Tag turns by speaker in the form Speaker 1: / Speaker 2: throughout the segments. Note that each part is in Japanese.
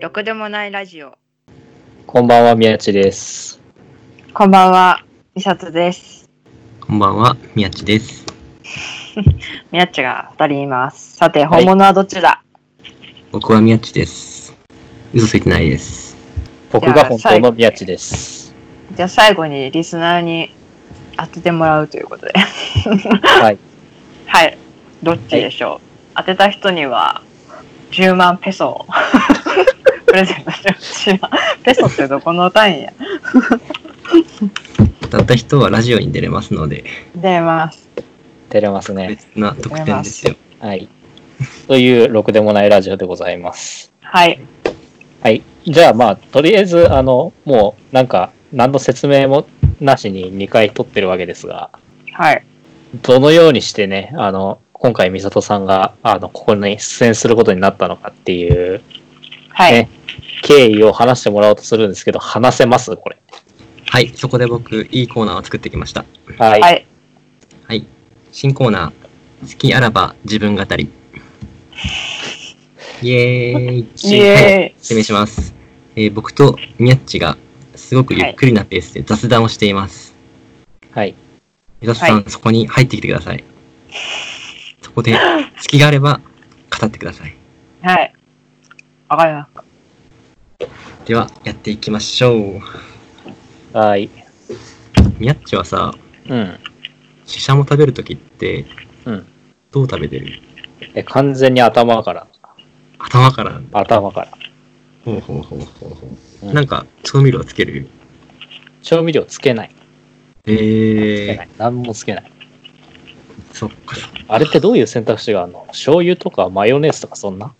Speaker 1: ろくでもないラジオ。
Speaker 2: こんばんは、宮地です。
Speaker 1: こんばんは、みさとです。
Speaker 3: こんばんは、宮地 です。
Speaker 1: みやっちが二人います。さて、
Speaker 2: はい
Speaker 1: 本物はどっちだ、
Speaker 3: 僕は宮地です。嘘ついてないです。
Speaker 2: 僕
Speaker 1: じゃ
Speaker 2: が
Speaker 1: あ
Speaker 2: 本当の宮地です。
Speaker 1: じゃあ最後にリスナーに当ててもらうということで。
Speaker 2: はい。
Speaker 1: はい。どっちでしょう、当てた人には10万ペソを プレゼントしてほしいな。ペソってどこの単位や
Speaker 3: 当たった人はラジオに出れますので、
Speaker 1: 出ます。
Speaker 2: 照れます ね。
Speaker 3: 別な特典ですよ。
Speaker 2: はい。という、ろくでもないラジオでございます。
Speaker 1: はい。
Speaker 2: はい。じゃあ、まあ、とりあえず、あの、もう、なんか、何の説明もなしに2回撮ってるわけですが、
Speaker 1: はい。
Speaker 2: どのようにしてね、あの、今回、美里さんが、あの、ここに出演することになったのかっていう
Speaker 1: はい。
Speaker 2: ね経緯を話してもらおうとするんですけど、話せますこれ。
Speaker 3: はい、そこで僕、いいコーナーを作ってきました。
Speaker 2: はい。
Speaker 1: はい。
Speaker 3: はい、新コーナー、好きあらば自分語 り。イエーイ。
Speaker 1: イエ
Speaker 3: 説明します。えー僕と宮地が、すごくゆっくりなペースで雑談をしています。
Speaker 2: はい。
Speaker 3: 宮地さん、
Speaker 1: はい
Speaker 3: そこに入ってきてください。そこで、隙があれば、語ってください。
Speaker 1: ーイ。はい。わかりま
Speaker 3: では、やっていきましょう。
Speaker 2: はい。
Speaker 3: みやっちはさ、
Speaker 2: うん。
Speaker 3: シシャモ食べるときって、
Speaker 2: うん。
Speaker 3: どう食べてる
Speaker 2: え、完全に頭から。
Speaker 3: 頭からなんだ。
Speaker 2: 頭から。
Speaker 3: ほうほうほうほうほう。
Speaker 2: うん
Speaker 3: なんか、調味料つける
Speaker 2: 調味料つけない。つけ
Speaker 3: え
Speaker 2: な
Speaker 3: ー
Speaker 2: い。、何もつけない。
Speaker 3: そっかそっか。
Speaker 2: あれってどういう選択肢があるの醤油とかマヨネーズとかそんな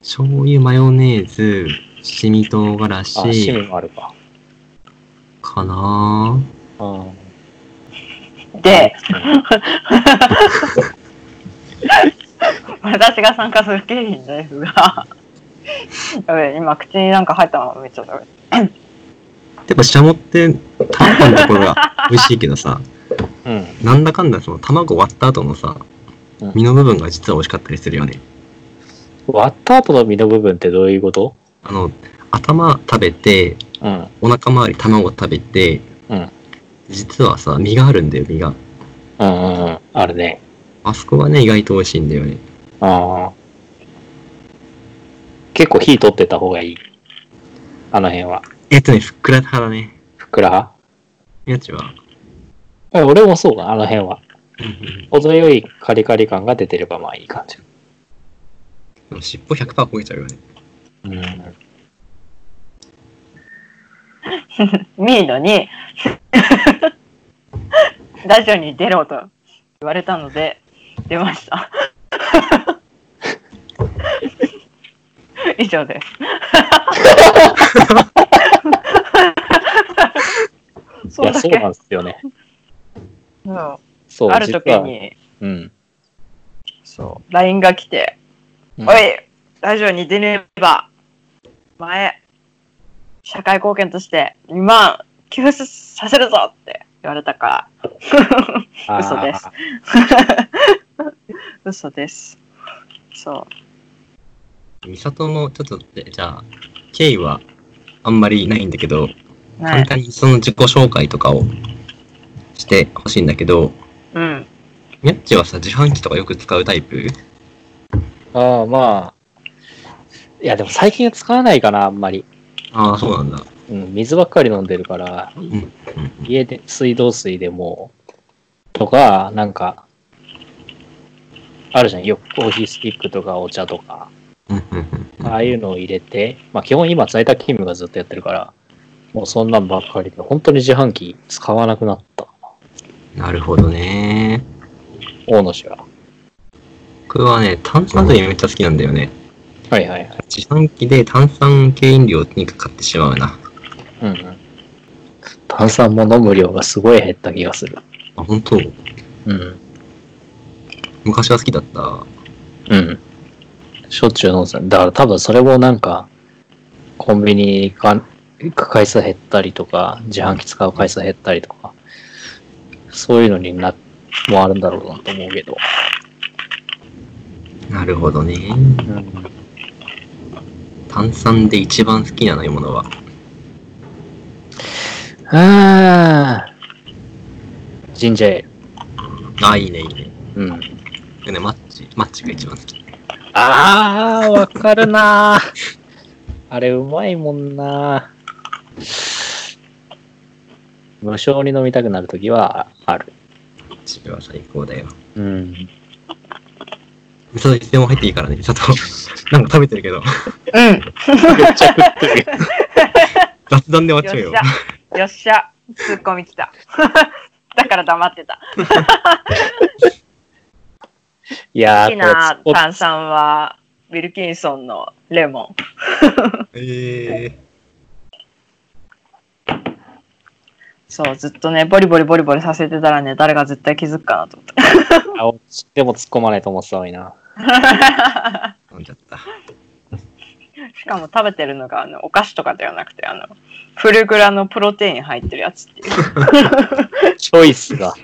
Speaker 3: 醤油、マヨネーズ、七味唐辛
Speaker 2: あ、シミ
Speaker 3: 子、
Speaker 2: もあるか。
Speaker 3: かな
Speaker 2: うん。
Speaker 1: す。で、私が参加する経費ですがやべえ今口になんか入ったままめっちゃ食べ
Speaker 3: でも、シシャモって、卵のところが美味しいけど さ、
Speaker 2: うん。
Speaker 3: なんだかんだその卵割った後のさ
Speaker 2: うん、
Speaker 3: 身の部分が実は美味しかったりするよね。
Speaker 2: 割った後の身の部分ってどういうこと
Speaker 3: あの、頭食べて、
Speaker 2: うん。
Speaker 3: お腹周り卵食べて、
Speaker 2: うん
Speaker 3: 実はさ身があるんだよ身が
Speaker 2: うんうんうん。あるね。
Speaker 3: あそこはね意外と美味しいんだよね
Speaker 2: ああ。結構火取ってた方がいい。あの辺は。
Speaker 3: えっとねふっくら派だね
Speaker 2: ふっくら
Speaker 3: やちは
Speaker 2: え俺もそうか、あの辺は。程よいカリカリ感が出てればまあいい感じ。
Speaker 3: でも尻尾100%焦げちゃうよね
Speaker 2: うん。
Speaker 1: ミード にラジオに出ろと言われたので出ました以上です
Speaker 2: い
Speaker 1: そう
Speaker 2: や、
Speaker 1: だ
Speaker 2: そ
Speaker 1: け
Speaker 2: うなんですよね。
Speaker 1: うん
Speaker 2: そう、
Speaker 1: ある時
Speaker 2: 実は。
Speaker 1: に
Speaker 2: うん。
Speaker 1: そう LINE が来て
Speaker 2: うん
Speaker 1: おい、ラジオに出ねば、前、社会貢献として2万給付させるぞって言われたか
Speaker 2: あー
Speaker 1: 嘘ですら、嘘です。そ
Speaker 3: 美里もちょっとえじゃあ経緯はあんまりないんだけど、
Speaker 1: う。
Speaker 3: 簡
Speaker 1: ね、
Speaker 3: 単にその自己紹介とかをしてほしいんだけど
Speaker 1: うん。
Speaker 3: みやっちはさ自販機とかよく使うタイプ
Speaker 2: ああ、まあ。いや、でも最近は使わないかな、あんまり。
Speaker 3: ああそうなんだ
Speaker 2: うん、水ばっかり飲んでるから、
Speaker 3: うん
Speaker 2: 家で、水道水でもう、とか、なんか、あるじゃん。よくコーヒースティックとかお茶とか、
Speaker 3: うんうんうん
Speaker 2: ああいうのを入れて、まあ基本今在宅勤務がずっとやってるから、もうそんなんばっかりで、本当に自販機使わなくなった。
Speaker 3: なるほどね
Speaker 2: 大野氏は。
Speaker 3: 僕はね炭酸水めっちゃ好きなんだよね
Speaker 2: はいはいはい。
Speaker 3: 自販機で炭酸系飲料にかかってしまうな。
Speaker 2: うんうん。炭酸も飲む量がすごい減った気がする。
Speaker 3: あ、本当
Speaker 2: うん。
Speaker 3: 昔は好きだった。
Speaker 2: うん。しょっちゅう飲んでた。だから多分それもなんか、コンビニが行く回数減ったりとか、自販機使う回数減ったりとか、そういうのにな、もあるんだろうなと思うけど。
Speaker 3: なるほどね。
Speaker 2: うん。
Speaker 3: 炭酸で一番好きな飲み物は。
Speaker 2: あージンジャーエ
Speaker 3: あ、いいね、いいね。
Speaker 2: ール。うん。
Speaker 3: でね、マッチ、マッチが一番好き。
Speaker 2: あー、わかるなー。 あれ、うまいもんなー無性に飲みたくなるときはある。
Speaker 3: マッチは最高だよ。
Speaker 2: うん。
Speaker 3: ミサトいつでも入っていいからね、ミ サト。なんか食べてるけど、
Speaker 1: うん。
Speaker 3: 雑談で終わっちゃう
Speaker 1: よっし。
Speaker 3: よ
Speaker 1: ゃ。よっしゃ。ツッコミ来た。 だから黙ってた。
Speaker 2: いや
Speaker 1: 好
Speaker 2: ー、
Speaker 1: きな
Speaker 2: これ
Speaker 1: 炭酸は、ウィルキンソンのレモン。
Speaker 3: え
Speaker 1: そう、ずっとね、ボリボリボリボリさせてたらね、誰が絶対気づくかなと思って。
Speaker 2: あ落ちても突っ込まないと思ってたのにな。
Speaker 3: ー、飲んじゃった。
Speaker 1: しかも食べてるのがあのお菓子とかではなくてあのフルグラのプロテイン入ってるやつっていう
Speaker 2: チョイスが。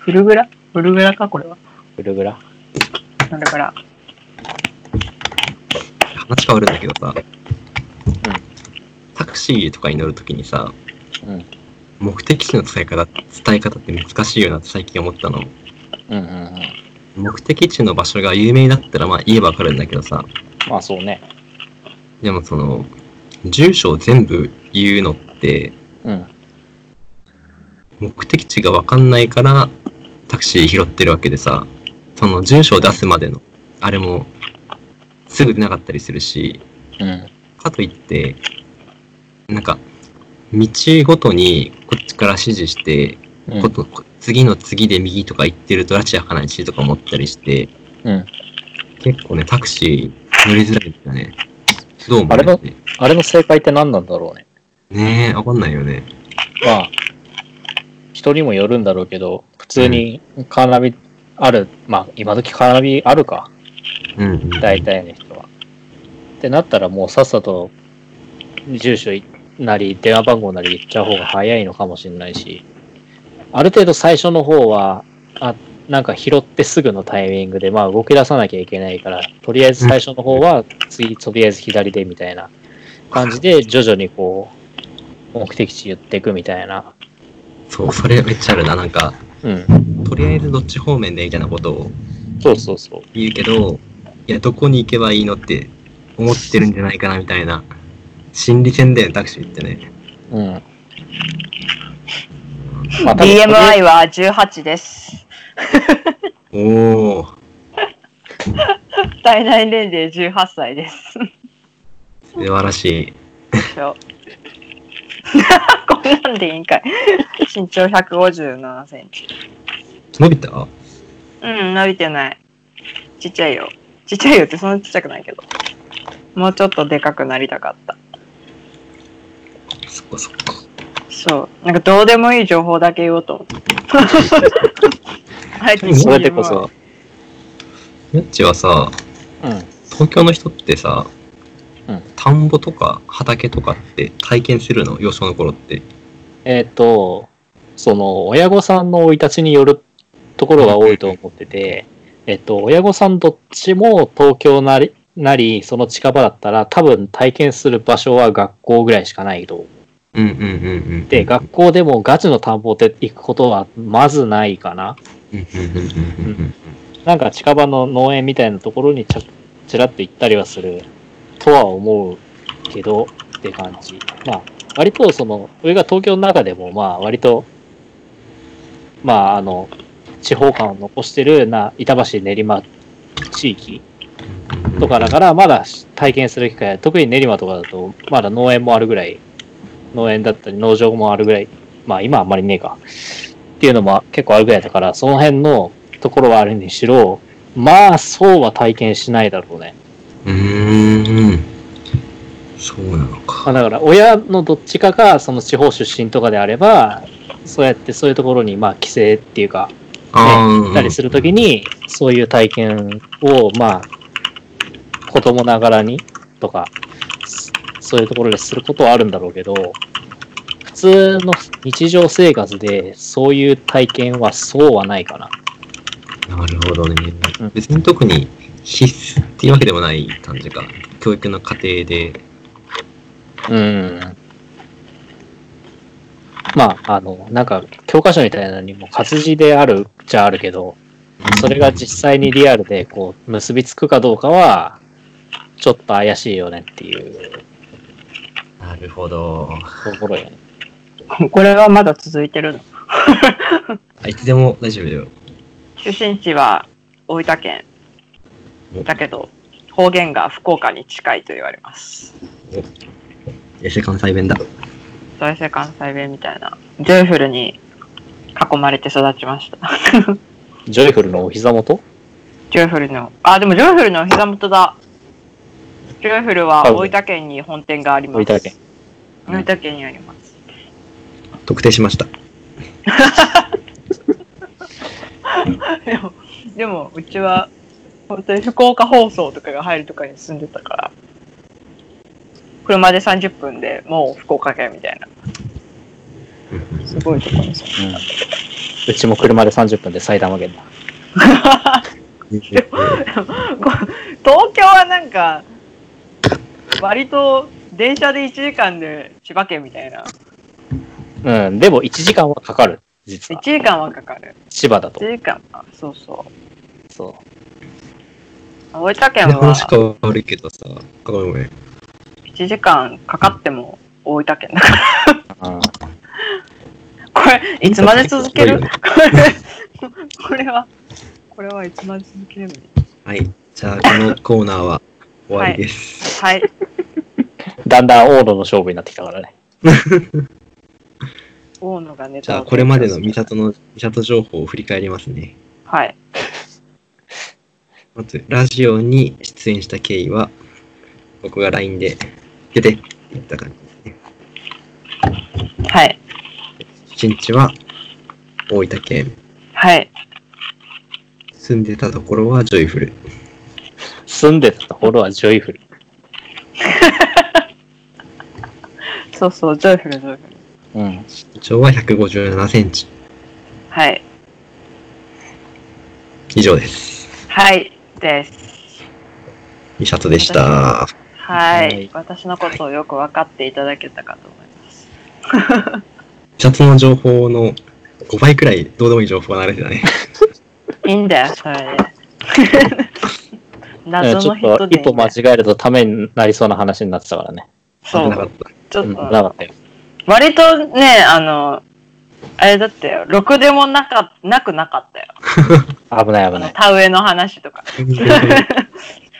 Speaker 1: フルグラフルグラかこれは
Speaker 2: ぐるぐら。
Speaker 1: フルグラ
Speaker 3: 話変わるんだけどさ、タクシーとかに乗るときにさ、
Speaker 2: うん。
Speaker 3: 目的地の使い方、伝え方って難しいよなって最近思ったの。
Speaker 2: うんうんうん。
Speaker 3: 目的地の場所が有名だったらまあ言えばわかるんだけどさ、
Speaker 2: まあそうね。
Speaker 3: でもその、住所を全部言うのって、
Speaker 2: うん。
Speaker 3: 目的地がわかんないからタクシー拾ってるわけでさ、その住所を出すまでの、あれもすぐ出なかったりするし、
Speaker 2: うん。
Speaker 3: かといって、なんか、道ごとにこっちから指示して、
Speaker 2: うん
Speaker 3: ここ次の次で右とか行ってると拉致開かないしとか思ったりして、
Speaker 2: うん。
Speaker 3: 結構ね、タクシー乗りづらいんだよね。どう思
Speaker 2: あ
Speaker 3: う
Speaker 2: れだ
Speaker 3: ね
Speaker 2: あれの正解って何なんだろうね。
Speaker 3: ねえ、わかんないよね。
Speaker 2: まあ、人にもよるんだろうけど、普通にカーナビある、まあ今時カーナビあるか。
Speaker 3: うん、うん。
Speaker 2: 大体の人は。ってなったらもうさっさと住所なり電話番号なり言っちゃう方が早いのかもしれないし、ある程度最初の方は、あ、なんか拾ってすぐのタイミングで、まあ動き出さなきゃいけないから、とりあえず最初の方は、次、とりあえず左でみたいな感じで、徐々にこう、目的地言っていくみたいな。
Speaker 3: そう、それめっちゃあるな。なんか、
Speaker 2: うん。
Speaker 3: とりあえずどっち方面でみたいなことを
Speaker 2: そうそうそう。
Speaker 3: 言うけど、いや、どこに行けばいいのって思ってるんじゃないかなみたいな。心理戦だよね、タクシーってね。
Speaker 2: うん。まあ多分
Speaker 1: BMI は18です
Speaker 3: おお。
Speaker 1: 体内年齢18歳です
Speaker 3: 素晴らしい。
Speaker 1: でしょ こんなんでいいんかい身長157センチ
Speaker 3: 伸びた
Speaker 1: うん伸びてないちっちゃいよちっちゃいよってそんなちっちゃくないけどもうちょっとでかくなりたかった
Speaker 3: そっかそっか。
Speaker 1: そう。なんかどうでもいい情報だけ言おうと思って。 あえて
Speaker 2: それでこそ。
Speaker 3: やっちはさ、
Speaker 2: うん。
Speaker 3: 東京の人ってさ、
Speaker 2: うん
Speaker 3: 田んぼとか畑とかって体験するの幼少の頃って。
Speaker 2: えっ、と、その、親御さんの生い立ちによるところが多いと思ってて、えっ、と、親御さんどっちも東京なり、なり、その近場だったら、多分体験する場所は学校ぐらいしかないと思
Speaker 3: うんうんうんうん。
Speaker 2: って、学校でもガチの田んぼで行くことはまずないかな。
Speaker 3: うんうんうんうんうんうん。
Speaker 2: なんか近場の農園みたいなところにちゃちらっと行ったりはするとは思うけどって感じ。まあ、割とその、上が東京の中でも、まあ、割と、まあ、あの、地方感を残してるな、板橋練馬地域とかだから、まだ体験する機会、特に練馬とかだと、まだ農園もあるぐらい、農園だったり農場もあるぐらい、まあ今あんまりねえか、っていうのも結構あるぐらいだから、その辺のところはあるにしろ、まあそうは体験しないだろうね。
Speaker 3: うーん。そうなのか。
Speaker 2: まあ、だから親のどっちかがその地方出身とかであれば、そうやってそういうところにまあ帰省っていうか、
Speaker 3: あー
Speaker 2: 行ったりするとき、に、そういう体験を、まあ、子供ながらにとか、そそういうところですることはあるんだろうけど、普通の日常生活でそういう体験はそうはないかな。
Speaker 3: なるほどね
Speaker 2: うん。
Speaker 3: 別に特に必須っていうわけでもない感じか。教育の過程で。
Speaker 2: うん。まあ、あの、なんか、教科書みたいなのにも活字であるじゃあるけど、それが実際にリアルでこう結びつくかどうかは、ちょっと怪しいよねっていう
Speaker 3: なるほど。
Speaker 2: ところよね。
Speaker 1: これはまだ続いてるの。
Speaker 3: あいつでも大丈夫だよ。
Speaker 1: 出身地は大分県だけど、方言が福岡に近いと言われます。
Speaker 3: 衛生関西弁だ。
Speaker 1: 財政関西弁みたいな、ジョイフルに囲まれて育ちました。
Speaker 2: ジョイフルのお膝元
Speaker 1: ジョイフルの、あ、でもジョイフルのお膝元だ。ジョイフルは大分県に本店があります。
Speaker 2: 大分県。
Speaker 1: 大分県にあります。
Speaker 3: 特定しました。
Speaker 1: でも、でもうちは、本当に福岡放送とかが入るとかに住んでたから、車で30分でもう福岡県みたいな、すごいとこに住んで
Speaker 2: うん。うちも車で30分で埼玉県だ。
Speaker 1: 東京はなんか割と電車で1時間で千葉県みたいな
Speaker 2: うん、でも1時間はかかる。実
Speaker 1: 1
Speaker 2: は。
Speaker 1: 時間はかかる
Speaker 2: 千葉だと。
Speaker 1: 1時間はそうそう
Speaker 2: そ
Speaker 1: 大分県は
Speaker 3: 話変わるけどさ、あごめんごめん。
Speaker 1: 1時間かかっても大分県だか
Speaker 2: う。うん。
Speaker 1: らこれいつまで続ける
Speaker 3: うん
Speaker 1: これこれはこれはいつまで続けるの
Speaker 3: はい。じゃあ、このコーナーは終わりです。
Speaker 1: はい
Speaker 2: だんだん往路の勝負になってきたからね。
Speaker 1: 大野がネタ
Speaker 3: じゃあ、
Speaker 1: を
Speaker 3: これまでの三里の、三里情報を振り返りますね。
Speaker 1: はい
Speaker 3: まず、ラジオに出演した経緯は、僕が LINE で、出てって言った感じですね。
Speaker 1: はい
Speaker 3: 一日は、大分県。
Speaker 1: はい
Speaker 3: 住んでたところはジョイフル。
Speaker 2: 住んでたところはジョイフル。
Speaker 1: そうそうジョイフルジョイフル
Speaker 2: うん。
Speaker 3: 身長は157センチ。
Speaker 1: はい
Speaker 3: 以上です。
Speaker 1: はいです
Speaker 3: 三里でした。
Speaker 1: はい、
Speaker 2: はい
Speaker 1: 私のことをよく分かっていただけたかと思います。
Speaker 3: 三里の情報の5倍くらいどうでもいい情報が流れてたね。
Speaker 1: いいんだよ、それで。
Speaker 2: うんち
Speaker 1: 謎の
Speaker 2: ょっ
Speaker 1: 人
Speaker 2: と
Speaker 1: でい
Speaker 2: 一
Speaker 1: いん
Speaker 2: 歩
Speaker 1: だ
Speaker 2: 間
Speaker 1: よ。
Speaker 2: 違えるとためになりそうな話になってたからね。
Speaker 1: そ
Speaker 3: 危なか
Speaker 1: う
Speaker 3: っ、
Speaker 1: ちょ
Speaker 2: うん、
Speaker 1: っ
Speaker 2: 危なか
Speaker 1: と、
Speaker 2: ったよ。
Speaker 1: 割とね、あの、あれだったよ、ろくでもなかなくなかったよ。
Speaker 2: 危ない
Speaker 1: あ
Speaker 2: 危
Speaker 1: の
Speaker 2: ない。
Speaker 1: 田植えの話とか。
Speaker 3: た。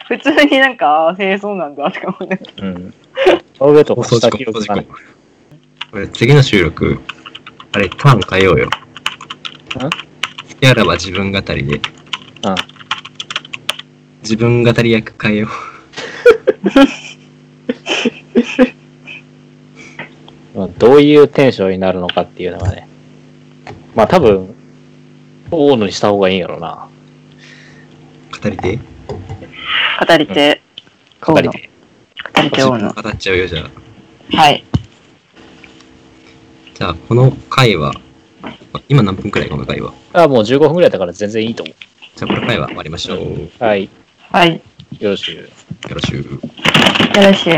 Speaker 1: 普通になんか、あーへえ、そうなんだとか思いながら
Speaker 2: うん。田植えと
Speaker 3: 放
Speaker 2: か
Speaker 3: 送
Speaker 2: した
Speaker 3: 事
Speaker 2: 記
Speaker 3: 故、放
Speaker 2: 憶
Speaker 3: 送事
Speaker 2: がない
Speaker 3: 故。これ次の収録、あれ、ターン変えようよ。好きあらば自分語りで、
Speaker 2: うん。
Speaker 3: 自分語り役変えよ
Speaker 2: まあどういうテンションになるのかっていうのはね。まあ多分、大野にした方がいいんやろな。
Speaker 3: う。語り手
Speaker 1: 語り手、
Speaker 2: 語りで。
Speaker 1: 語り手
Speaker 3: 自
Speaker 1: 王
Speaker 3: 分
Speaker 1: の。
Speaker 3: 語っちゃうよ、じゃあ。
Speaker 1: はい。
Speaker 3: じゃあ、この回は、あ今何分くらいこの回は。
Speaker 2: あ、もう15分ぐらいだから全然いいと思
Speaker 3: じゃあ、この回は終わりましょう。よ
Speaker 2: う。はい。
Speaker 1: はい。
Speaker 2: よろしゅう。
Speaker 3: ろしゅう。
Speaker 1: よろしい。